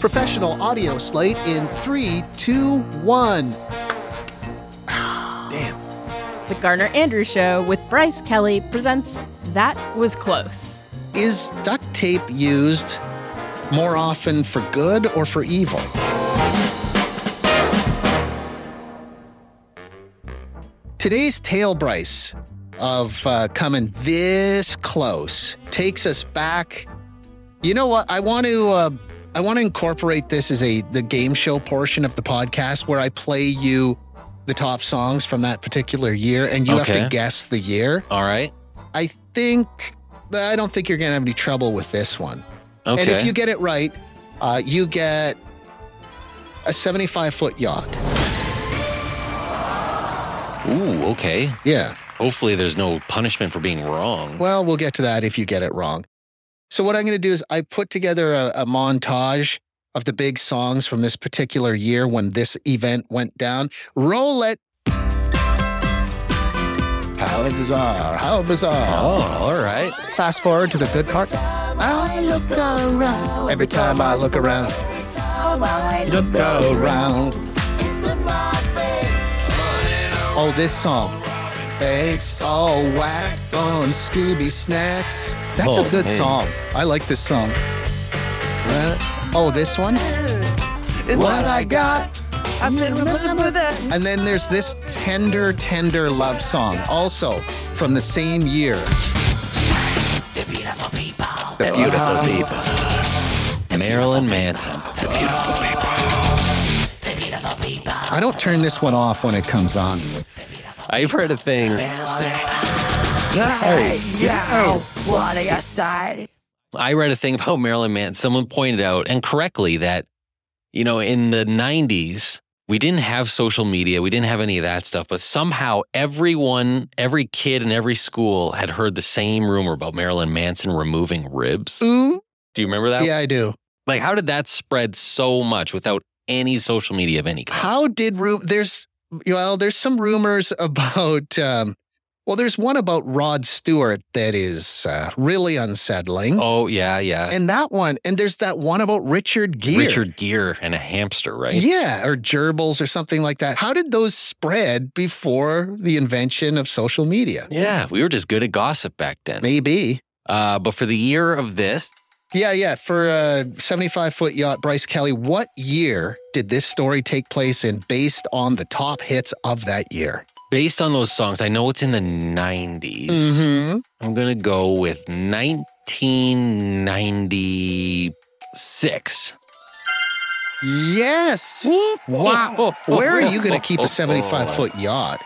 professional audio slate in three, two, one. Damn. The Garner Andrews Show with Bryce Kelly presents That Was Close. Is duct tape used more often for good or for evil? Today's tale, Bryce, of uh, coming this close takes us back. You know what? I want to. Uh, I want to incorporate this as a the game show portion of the podcast where I play you the top songs from that particular year, and you have Okay. to guess the year. All right. I think I don't think you're gonna have any trouble with this one. Okay. And if you get it right, uh, you get a 75 foot yacht. Ooh, okay. Yeah. Hopefully there's no punishment for being wrong. Well, we'll get to that if you get it wrong. So, what I'm going to do is I put together a, a montage of the big songs from this particular year when this event went down. Roll it. How bizarre. How bizarre. Oh, all right. Fast forward to the good part. I look around. Every time I look around, look around. Oh, this song. It's all whack on Scooby Snacks. That's a Oh, good hey. song. I like this song. Uh, oh, this one? what I got. I said, remember that. And then there's this tender, tender love song, also from the same year. The beautiful people. Marilyn Manson. I don't turn this one off when it comes on. I've heard a thing. What do you say? I read a thing about Marilyn Manson. Someone pointed out, and correctly, that, you know, in the 90s, we didn't have social media, we didn't have any of that stuff, but somehow everyone, every kid in every school had heard the same rumor about Marilyn Manson removing ribs. Ooh. Do you remember that? Yeah, I do. Like, how did that spread so much without any social media of any kind? How did room? There's well, there's some rumors about. Um, well, there's one about Rod Stewart that is uh, really unsettling, Oh, yeah, yeah. and that one, and there's that one about Richard Gere. Richard Gere and a hamster, right? Yeah, or gerbils or something like that. How did those spread before the invention of social media? Yeah, we were just good at gossip back then. Maybe. Uh, but for the year of this, Yeah, yeah. For a 75 foot yacht, Bryce Kelly, what year did this story take place in based on the top hits of that year? based on those songs, I know it's in the 90s. Mm-hmm. I'm going to go with 1996. Yes. Wow. Mm-hmm. Where are you going to keep a 75 foot yacht?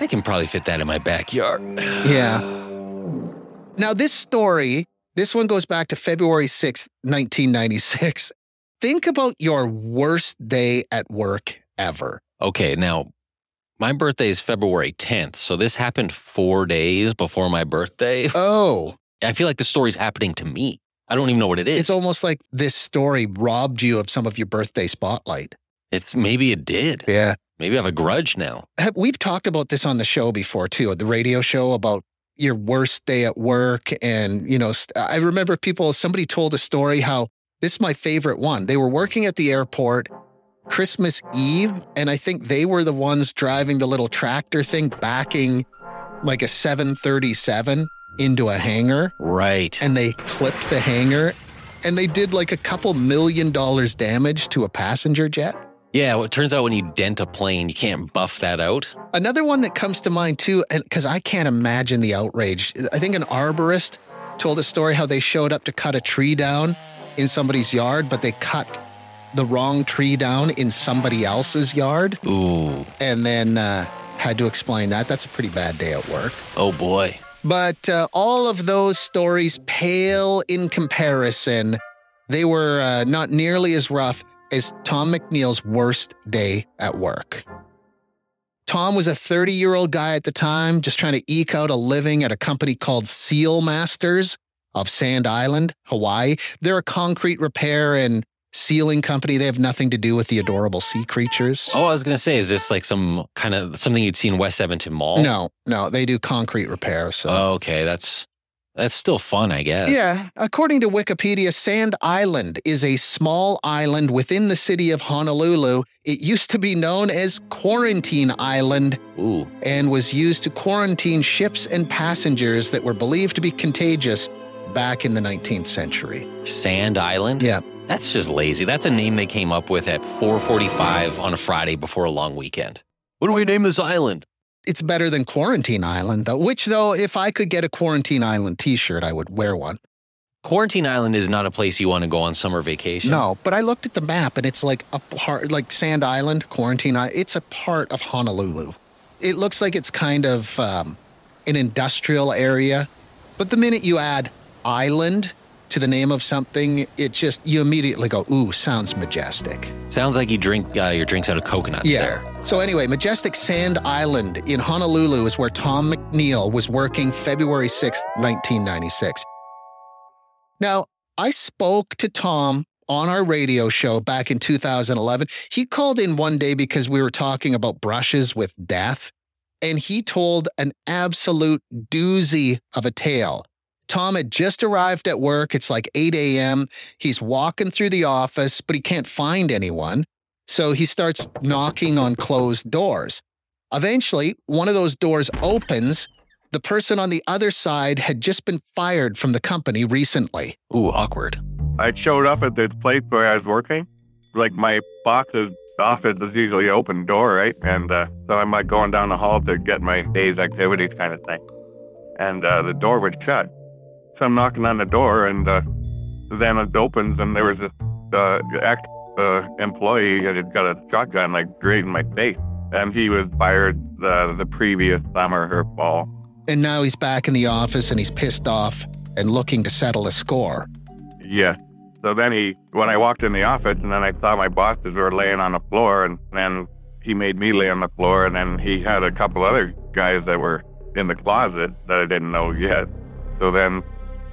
I can probably fit that in my backyard. Yeah. Now, this story, this one goes back to February 6th, 1996. Think about your worst day at work ever. Okay, now my birthday is February 10th, so this happened four days before my birthday. Oh, I feel like the story's happening to me. I don't even know what it is. it's almost like this story robbed you of some of your birthday spotlight. it's maybe it did. Yeah. Maybe I have a grudge now. Have- We've talked about this on the show before, too, at the radio show about your worst day at work. And, you know, st- I remember people, somebody told a story how this is my favorite one. They were working at the airport Christmas Eve, and I think they were the ones driving the little tractor thing backing like a 737 into a hangar. Right. And they clipped the hangar and they did like a couple million dollars damage to a passenger jet. Yeah, well, it turns out when you dent a plane, you can't buff that out. Another one that comes to mind too, and because I can't imagine the outrage. I think an arborist told a story how they showed up to cut a tree down in somebody's yard, but they cut the wrong tree down in somebody else's yard, Ooh, and then uh, had to explain that. That's a pretty bad day at work. oh boy. But uh, all of those stories pale in comparison. They were uh, not nearly as rough as Tom McNeil's worst day at work. Tom was a 30 year old guy at the time, just trying to eke out a living at a company called Seal Masters of Sand Island, Hawaii. They're a concrete repair and sealing company. They have nothing to do with the adorable sea creatures. Oh, I was gonna say, is this like some kind Oh. of something you'd see in West Edmonton Mall? No, no, they do concrete repair. So Oh, okay, that's That's still fun, I guess. Yeah. According to Wikipedia, Sand Island is a small island within the city of Honolulu. It used to be known as Quarantine Island Ooh. and was used to quarantine ships and passengers that were believed to be contagious back in the 19th century. Sand Island. Yeah. That's just lazy. That's a name they came up with at 4:45 on a Friday before a long weekend. What do we name this island? It's better than Quarantine Island, though, which, though, if I could get a Quarantine Island t shirt, I would wear one. Quarantine Island is not a place you want to go on summer vacation. No, but I looked at the map and it's like a part, like Sand Island, Quarantine Island. It's a part of Honolulu. It looks like it's kind of um, an industrial area, but the minute you add island to the name of something, it just you immediately go, "Ooh, sounds majestic." Sounds like you drink uh, your drinks out of coconuts there. So anyway, majestic Sand Island in Honolulu is where Tom McNeil was working February 6th, 1996. Now, I spoke to Tom on our radio show back in 2011. He called in one day because we were talking about brushes with death, and he told an absolute doozy of a tale. Tom had just arrived at work. It's like 8 a.m. He's walking through the office, but he can't find anyone. So he starts knocking on closed doors. Eventually, one of those doors opens. The person on the other side had just been fired from the company recently. Ooh, awkward. I showed up at this place where I was working. Like my boss's office is usually open door, right? And uh, so I'm like going down the hall to get my day's activities kind of thing. And uh, the door was shut. So I'm knocking on the door and uh, then it opens and there was this uh, ex uh, employee that had got a shotgun like straight in my face. And he was fired the, the previous summer or fall. And now he's back in the office and he's pissed off and looking to settle a score. Yes. So then he, when I walked in the office, and then I saw my bosses were laying on the floor, and then he made me lay on the floor, and then he had a couple other guys that were in the closet that I didn't know yet. So then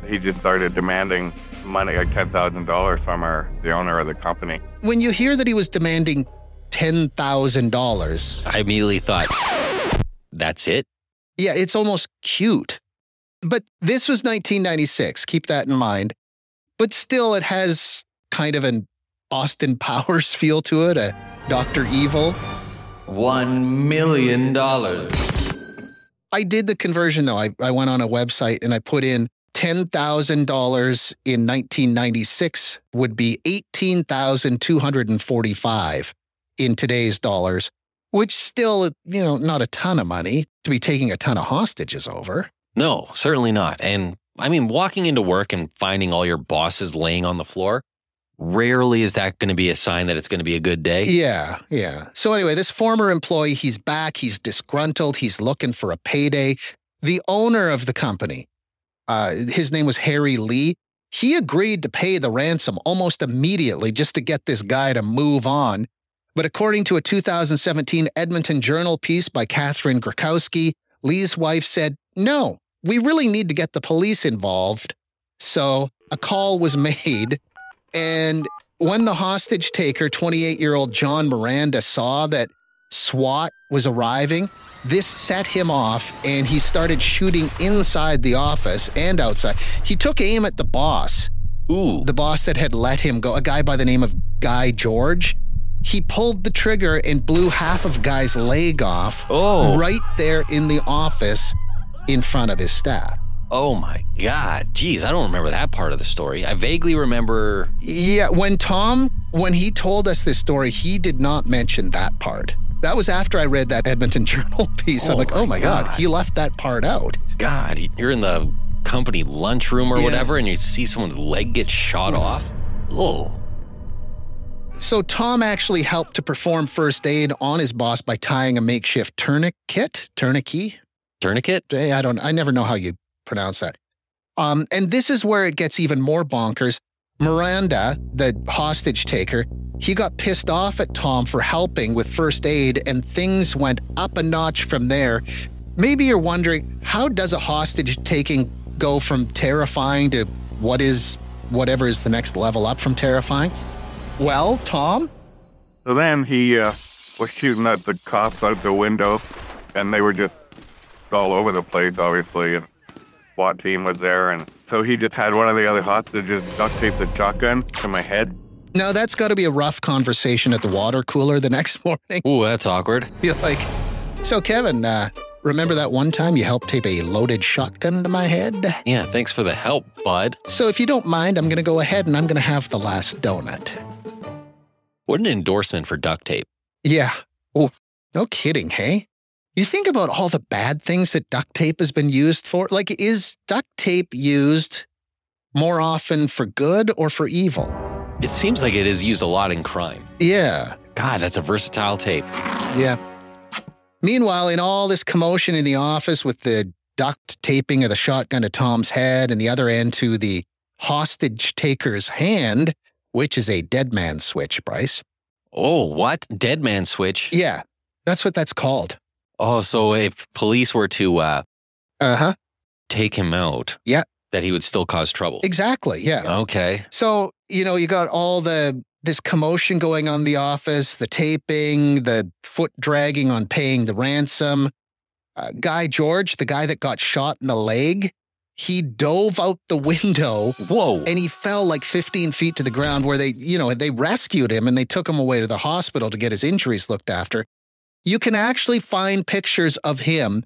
he just started demanding money, like ten thousand dollars from our the owner of the company. When you hear that he was demanding $10,000, I immediately thought, that's it. Yeah, it's almost cute. But this was 1996. Keep that in mind. But still, it has kind of an Austin Powers feel to it, a Dr. Evil. One million dollars. I did the conversion though. I, I went on a website and I put in $10,000 in 1996 would be 18,245 in today's dollars, which still, you know, not a ton of money to be taking a ton of hostages over. No, certainly not. And I mean, walking into work and finding all your bosses laying on the floor, rarely is that going to be a sign that it's going to be a good day. Yeah, yeah. So anyway, this former employee, he's back, he's disgruntled, he's looking for a payday. The owner of the company, uh, his name was Harry Lee. He agreed to pay the ransom almost immediately just to get this guy to move on. But according to a 2017 Edmonton Journal piece by Catherine Grakowski, Lee's wife said, No, we really need to get the police involved. So a call was made, and when the hostage taker, 28 year old John Miranda, saw that SWAT was arriving, this set him off and he started shooting inside the office and outside. He took aim at the boss, Ooh, the boss that had let him go, a guy by the name of Guy George. He pulled the trigger and blew half of Guy's leg off Oh. right there in the office in front of his staff. oh my God. Geez, I don't remember that part of the story. I vaguely remember. Yeah, when Tom, when he told us this story, he did not mention that part. That was after I read that Edmonton Journal piece. I'm Oh like, oh my my God. God. he left that part out. God, you're in the company lunchroom or Yeah. whatever, and you see someone's leg get shot off. Oh, So Tom actually helped to perform first aid on his boss by tying a makeshift tourniquet, tourniquet. tourniquet. Hey, Eh, I don't, I never know how you pronounce that. Um, and this is where it gets even more bonkers. Miranda, the hostage taker, he got pissed off at Tom for helping with first aid, and things went up a notch from there. Maybe you're wondering how does a hostage taking go from terrifying to what is whatever is the next level up from terrifying? Well, Tom, So then he uh, was shooting at the cops out the window, and they were just all over the place, obviously. And SWAT team was there, and so he just had one of the other hostages duct tape the shotgun to my head. Now, that's got to be a rough conversation at the water cooler the next morning. Ooh, that's awkward. You're like, so, Kevin, uh, remember that one time you helped tape a loaded shotgun to my head? Yeah, thanks for the help, bud. So, if you don't mind, I'm going to go ahead and I'm going to have the last donut. What an endorsement for duct tape. Yeah. Oh, no kidding, hey? You think about all the bad things that duct tape has been used for. Like, is duct tape used more often for good or for evil? It seems like it is used a lot in crime. Yeah, God, that's a versatile tape. yeah. Meanwhile, in all this commotion in the office with the duct taping of the shotgun to Tom's head and the other end to the hostage taker's hand, which is a dead man switch, Bryce. Oh, what? Dead man switch. Yeah, that's what that's called. Oh, so if police were to uh, Uh huh. take him out, Yeah. that he would still cause trouble. Exactly. Yeah. Okay. So, you know, you got all the this commotion going on in the office, the taping, the foot dragging on paying the ransom. Uh, guy George, the guy that got shot in the leg, he dove out the window Whoa. and he fell like 15 feet to the ground where they, you know, they rescued him and they took him away to the hospital to get his injuries looked after. You can actually find pictures of him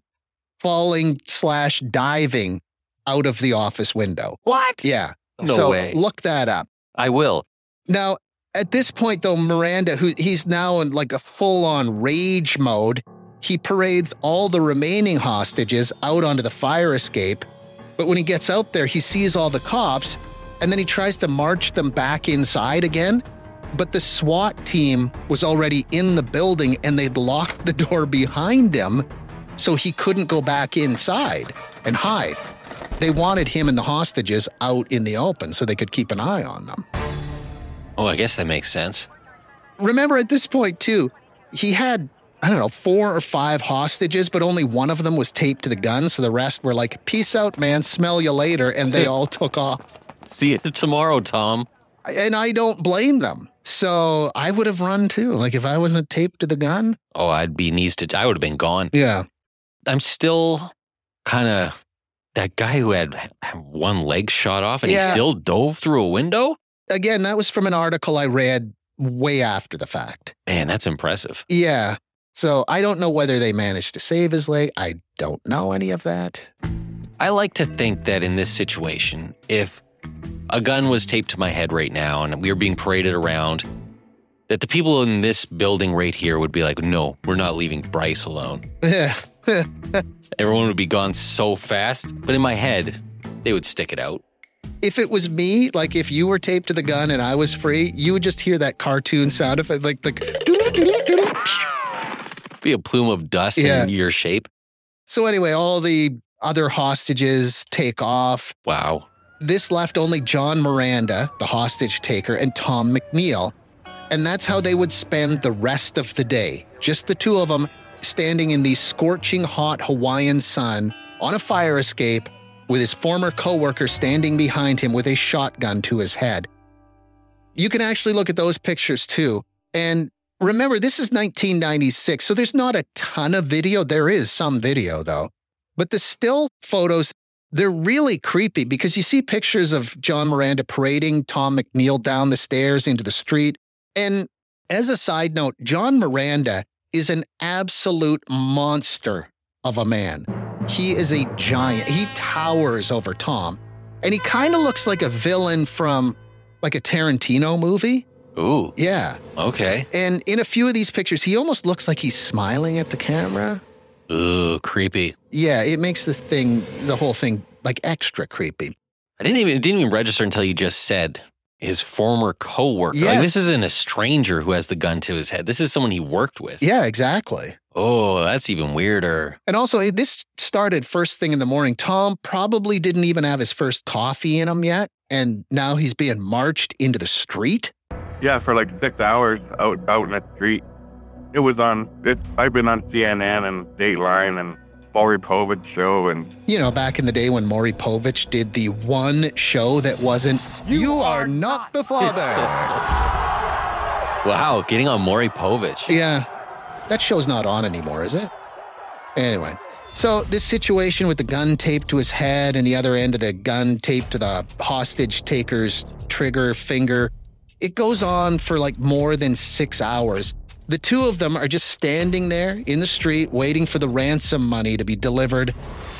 falling slash diving out of the office window. What? Yeah. No so way. look that up. I will. Now, at this point, though, Miranda, who he's now in like a full on rage mode, he parades all the remaining hostages out onto the fire escape. But when he gets out there, he sees all the cops and then he tries to march them back inside again. But the SWAT team was already in the building and they'd locked the door behind him, so he couldn't go back inside and hide. They wanted him and the hostages out in the open so they could keep an eye on them Oh, I guess that makes sense. remember at this point too, he had I don't know four or five hostages, but only one of them was taped to the gun, so the rest were like, "Peace out, man. Smell you later," and they all took off. See you tomorrow, Tom. And I don't blame them. So I would have run too. Like if I wasn't taped to the gun. Oh, I'd be knees to. I would have been gone. Yeah. I'm still kind of that guy who had had one leg shot off and he Yeah. still dove through a window. Again, that was from an article I read way after the fact. Man, that's impressive. Yeah. So I don't know whether they managed to save his leg. I don't know any of that. I like to think that in this situation, if a gun was taped to my head right now and we were being paraded around, that the people in this building right here would be like, no, we're not leaving Bryce alone. Yeah. Everyone would be gone so fast. But in my head, they would stick it out. if it was me, like if you were taped to the gun and I was free, you would just hear that cartoon sound effect, like like. doodle, doodle, doodle. Be a plume of dust Yeah. in your shape. So anyway, all the other hostages take off. Wow. This left only John Miranda, the hostage taker, and Tom McNeil, and that's how they would spend the rest of the day. Just the two of them standing in the scorching hot Hawaiian sun on a fire escape with his former coworker standing behind him with a shotgun to his head. You can actually look at those pictures too. And remember, this is 1996, so there's not a ton of video. There is some video though. But the still photos, they're really creepy because you see pictures of John Miranda parading Tom McNeil down the stairs into the street. And as a side note, John Miranda is an absolute monster of a man. He is a giant. He towers over Tom. And he kind of looks like a villain from like a Tarantino movie. Ooh. Yeah. Okay. And in a few of these pictures, he almost looks like he's smiling at the camera. Ooh, creepy. Yeah, it makes the thing, the whole thing, like extra creepy. I didn't even it didn't even register until you just said his former coworker. Like Yes. this isn't a stranger who has the gun to his head. This is someone he worked with. Yeah, exactly. Oh, that's even weirder. And also, eh, this started first thing in the morning. Tom probably didn't even have his first coffee in him yet. And now he's being marched into the street. Yeah, for like six hours out out in the street. It was on. It, I've been on CNN and Dateline and Maury Povich show, and You know, back in the day when Maury Povich did the one show that wasn't, You, are, not the father. Wow, getting on Maury Povich. yeah. That show's not on anymore, is it? Anyway. So, this situation with the gun taped to his head and the other end of the gun taped to the hostage taker's trigger finger, it goes on for like more than six hours. The two of them are just standing there in the street waiting for the ransom money to be delivered,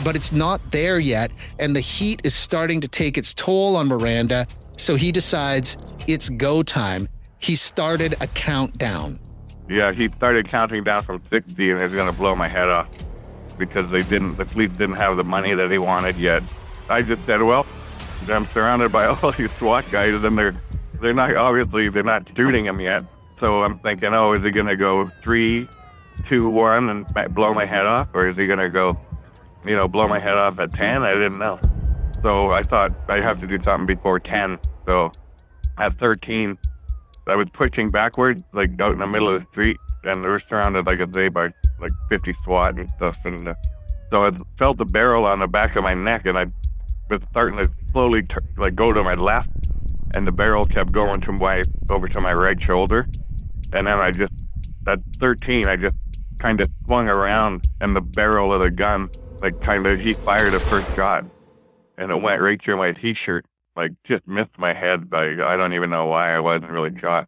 but it's not there yet, and the heat is starting to take its toll on Miranda, so he decides it's go time. He started a countdown. Yeah, he started counting down from 60 and it's going to blow my head off because they didn't, the police didn't have the money that they wanted yet. I just said, well, I'm surrounded by all these SWAT guys and they're, they're not, obviously, they're not shooting him yet. So I'm thinking, oh, is he going to go three, two, one and ma- blow my head off? Or is he going to go, you know, blow my head off at 10? I didn't know. So I thought I have to do something before 10. So at 13, I was pushing backward, like out in the middle of the street, and they were surrounded, like I say, by like 50 SWAT and stuff. And uh, so I felt the barrel on the back of my neck, and I was starting to slowly tur like go to my left, and the barrel kept going to my over to my right shoulder, and then I just at 13, I just kind of swung around, and the barrel of the gun, like kind of, he fired a first shot, and it went right through my t-shirt like just missed my head by I don't even know why I wasn't really shot.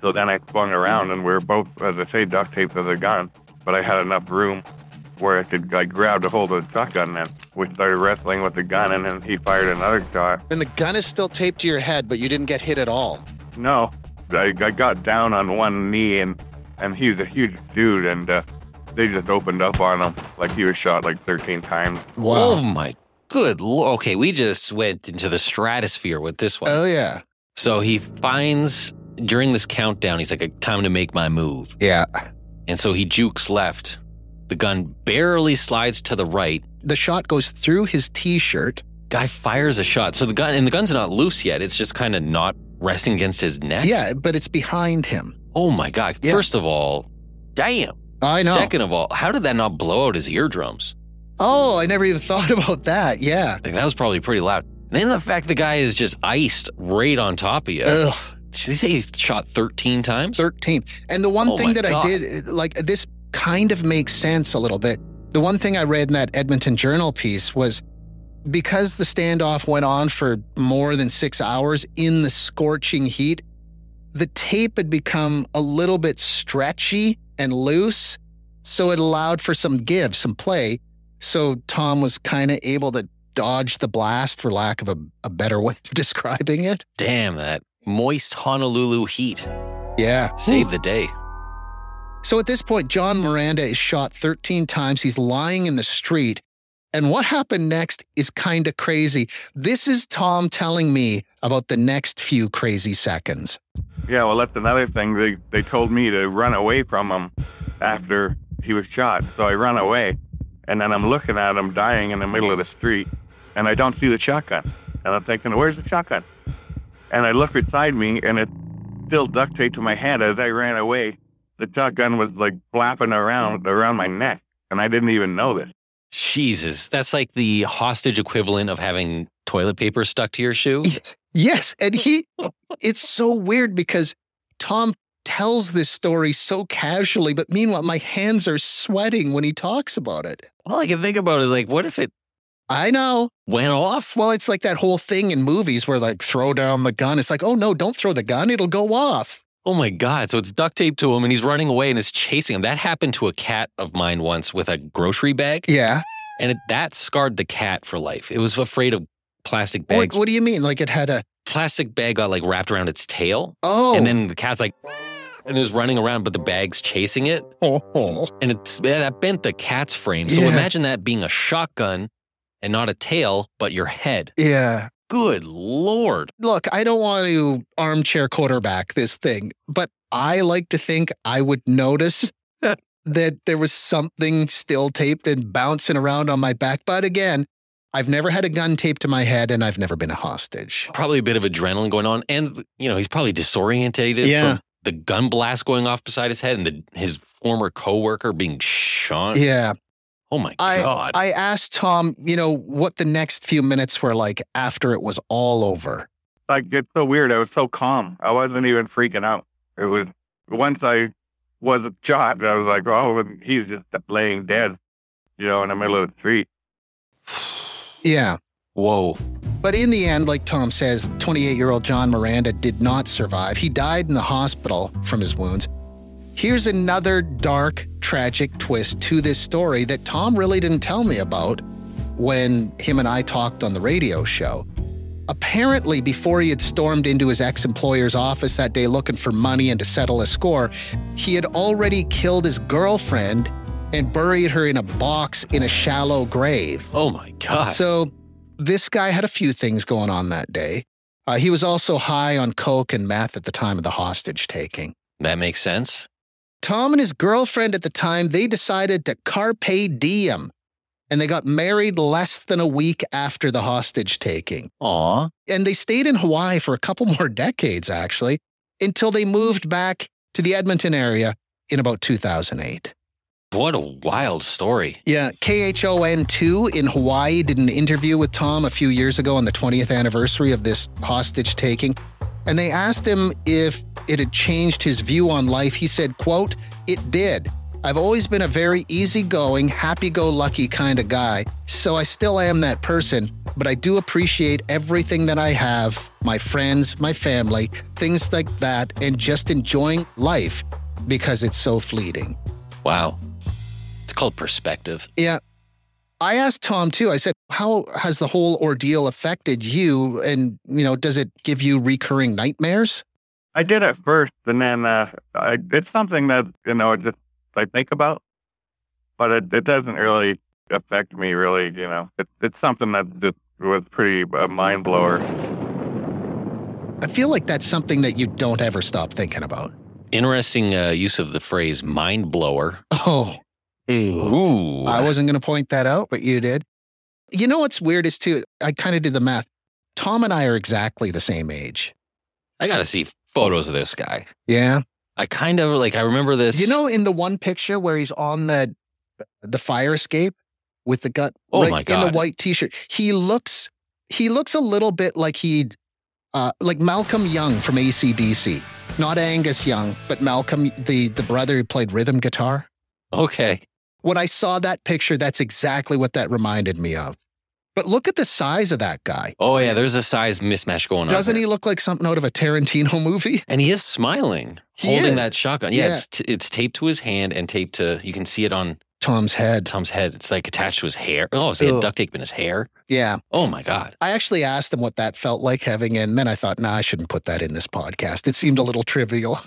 So then I swung around and we were both, as I say, duct taped to the gun, but I had enough room where I could like grab the hold of the shotgun then. We started wrestling with the gun and then he fired another shot. And the gun is still taped to your head, but you didn't get hit at all. No, I, I got down on one knee and and he was a huge dude and uh, they just opened up on him like he was shot like 13 times. Oh my good lord. Okay, we just went into the stratosphere with this one. Oh, yeah. so he finds during this countdown, he's like, time to make my move. Yeah. And so he jukes left. The gun barely slides to the right. The shot goes through his t shirt. Guy fires a shot. So the gun and the gun's not loose yet. It's just kind of not resting against his neck. Yeah, but it's behind him. Oh my god. Yeah. First of all, damn. I know. Second of all, how did that not blow out his eardrums? Oh, I never even thought about that. Yeah. Like that was probably pretty loud. And then the fact the guy is just iced right on top of you. Ugh, Did he say he's shot 13 times? 13. And the one Oh thing my that God. I did, like, this kind of makes sense a little bit. The one thing I read in that Edmonton Journal piece was because the standoff went on for more than six hours in the scorching heat, the tape had become a little bit stretchy and loose. So it allowed for some give, some play. So Tom was kind of able to dodge the blast, for lack of a, a better way of describing it. Damn that moist Honolulu heat Yeah. saved the day. So at this point, John Miranda is shot 13 times. He's lying in the street. And what happened next is kind of crazy. This is Tom telling me about the next few crazy seconds. Yeah, well, that's another thing. They they told me to run away from him after he was shot. So I run away, and then I'm looking at him dying in the middle of the street, and I don't see the shotgun. And I'm thinking, where's the shotgun? And I look beside me, and it's still duct taped to my head as I ran away. The shotgun was like flapping around around my neck, and I didn't even know this. Jesus, that's like the hostage equivalent of having toilet paper stuck to your shoe. Yes. And he, it's so weird because Tom tells this story so casually, but meanwhile, my hands are sweating when he talks about it. All I can think about is like, what if it I know. went off? Well, it's like that whole thing in movies where, like, throw down the gun. It's like, oh no, don't throw the gun, it'll go off. Oh my God. So it's duct taped to him and he's running away and it's chasing him. That happened to a cat of mine once with a grocery bag. Yeah. And it, that scarred the cat for life. It was afraid of plastic What, bags. what do you mean? Like, it had a, Plastic bag got like wrapped around its tail. oh. And then the cat's like, and is running around, but the bag's chasing it. Oh, and it's yeah, that bent the cat's frame. So Yeah. imagine that being a shotgun and not a tail, but your head. yeah. Good lord. Look, I don't want to armchair quarterback this thing, but I like to think I would notice that there was something still taped and bouncing around on my back. But again, I've never had a gun taped to my head and I've never been a hostage. Probably a bit of adrenaline going on. And you know, he's probably disorientated Yeah. from the gun blast going off beside his head and the, his former coworker being shot. Yeah. Oh my I, god. I asked Tom, you know, what the next few minutes were like after it was all over. like it's so weird. I was so calm. I wasn't even freaking out. It was once I was shot, I was like, oh, he's just laying dead. you know, in the middle of the street. Yeah. Whoa. But in the end, like Tom says, 28 year old John Miranda did not survive. He died in the hospital from his wounds. Here's another dark, tragic twist to this story that Tom really didn't tell me about when him and I talked on the radio show. Apparently, before he had stormed into his ex employer's office that day looking for money and to settle a score, he had already killed his girlfriend and buried her in a box in a shallow grave. Oh my God. So this guy had a few things going on that day. Uh, he was also high on coke and meth at the time of the hostage taking. that makes sense. Tom and his girlfriend at the time, they decided to carpe diem and they got married less than a week after the hostage taking. Aw. And they stayed in Hawaii for a couple more decades, actually, until they moved back to the Edmonton area in about 2008. What a wild story. Yeah, KHON2 in Hawaii did an interview with Tom a few years ago on the 20th anniversary of this hostage taking, and they asked him if it had changed his view on life. He said, quote, "It did. I've always been a very easygoing, happy-go-lucky kind of guy, so I still am that person, but I do appreciate everything that I have, my friends, my family, things like that, and just enjoying life because it's so fleeting." Wow. It's called perspective. Yeah. I asked Tom too. I said, "How has the whole ordeal affected you and, you know, does it give you recurring nightmares?" I did at first, and then uh, I, it's something that you know just I think about, but it, it doesn't really affect me really. You know, it, it's something that that was pretty uh, mind blower. I feel like that's something that you don't ever stop thinking about. Interesting uh, use of the phrase mind blower. Oh, Ooh. I wasn't going to point that out, but you did. You know what's weird is too, I kind of did the math. Tom and I are exactly the same age. I got to see photos of this guy. Yeah. I kind of like, I remember this. You know in the one picture where he's on the the fire escape with the gut Oh right my in God. the white t-shirt. He looks he looks a little bit like he'd uh, like Malcolm Young from ACDC. Not Angus Young, but Malcolm the the brother who played rhythm guitar. okay. When I saw that picture, that's exactly what that reminded me of. But look at the size of that guy. Oh, yeah. There's a size mismatch going on. Doesn't there. he look like something out of a Tarantino movie? And he is smiling, He holding is. that shotgun. Yeah, Yeah. It's, t- it's taped to his hand and taped to, you can see it on Tom's head. Tom's head. It's like attached to his hair. Oh, so he had Ugh. duct tape in his hair. Yeah. Oh, my God. I actually asked him what that felt like having, and then I thought, nah, I shouldn't put that in this podcast. It seemed a little trivial.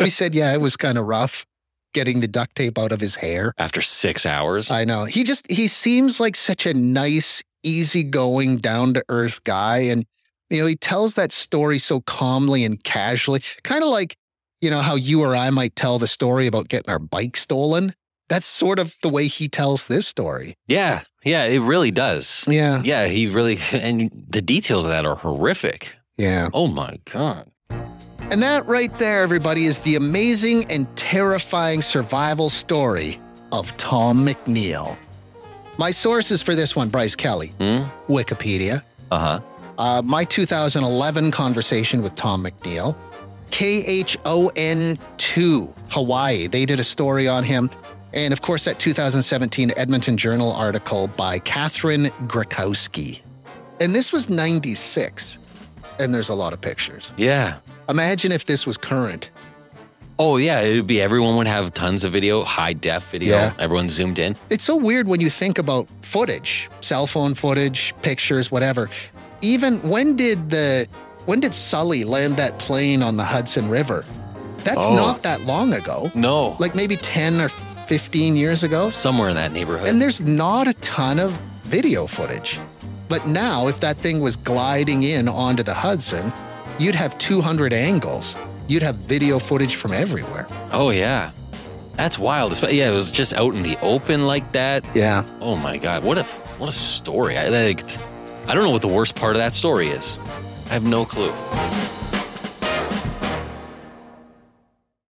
he said, yeah, it was kind of rough getting the duct tape out of his hair. After six hours. I know. He just, he seems like such a nice, easygoing, down to earth guy. And, you know, he tells that story so calmly and casually, kind of like, you know, how you or I might tell the story about getting our bike stolen. That's sort of the way he tells this story. yeah. Yeah. It really does. Yeah. Yeah. He really, and the details of that are horrific. Yeah. Oh, my God. And that right there, everybody, is the amazing and terrifying survival story of Tom McNeil. My sources for this one Bryce Kelly, Hmm? Wikipedia, Uh huh. uh, my 2011 conversation with Tom McNeil, KHON2, Hawaii. They did a story on him. And of course, that 2017 Edmonton Journal article by Catherine Grakowski. And this was 96. And there's a lot of pictures. Yeah. Imagine if this was current. Oh, yeah. It would be everyone would have tons of video, high def video. Yeah. Everyone zoomed in. It's so weird when you think about footage, cell phone footage, pictures, whatever. Even when did the when did Sully land that plane on the Hudson River? That's Oh. not that long ago. No. Like maybe 10 or 15 years ago. Somewhere in that neighborhood. And there's not a ton of video footage. But now if that thing was gliding in onto the Hudson, you'd have 200 angles. You'd have video footage from everywhere. Oh yeah, that's wild. Espe- Yeah, it was just out in the open like that. Yeah. Oh my god, what a what a story. I like, I don't know what the worst part of that story is. I have no clue.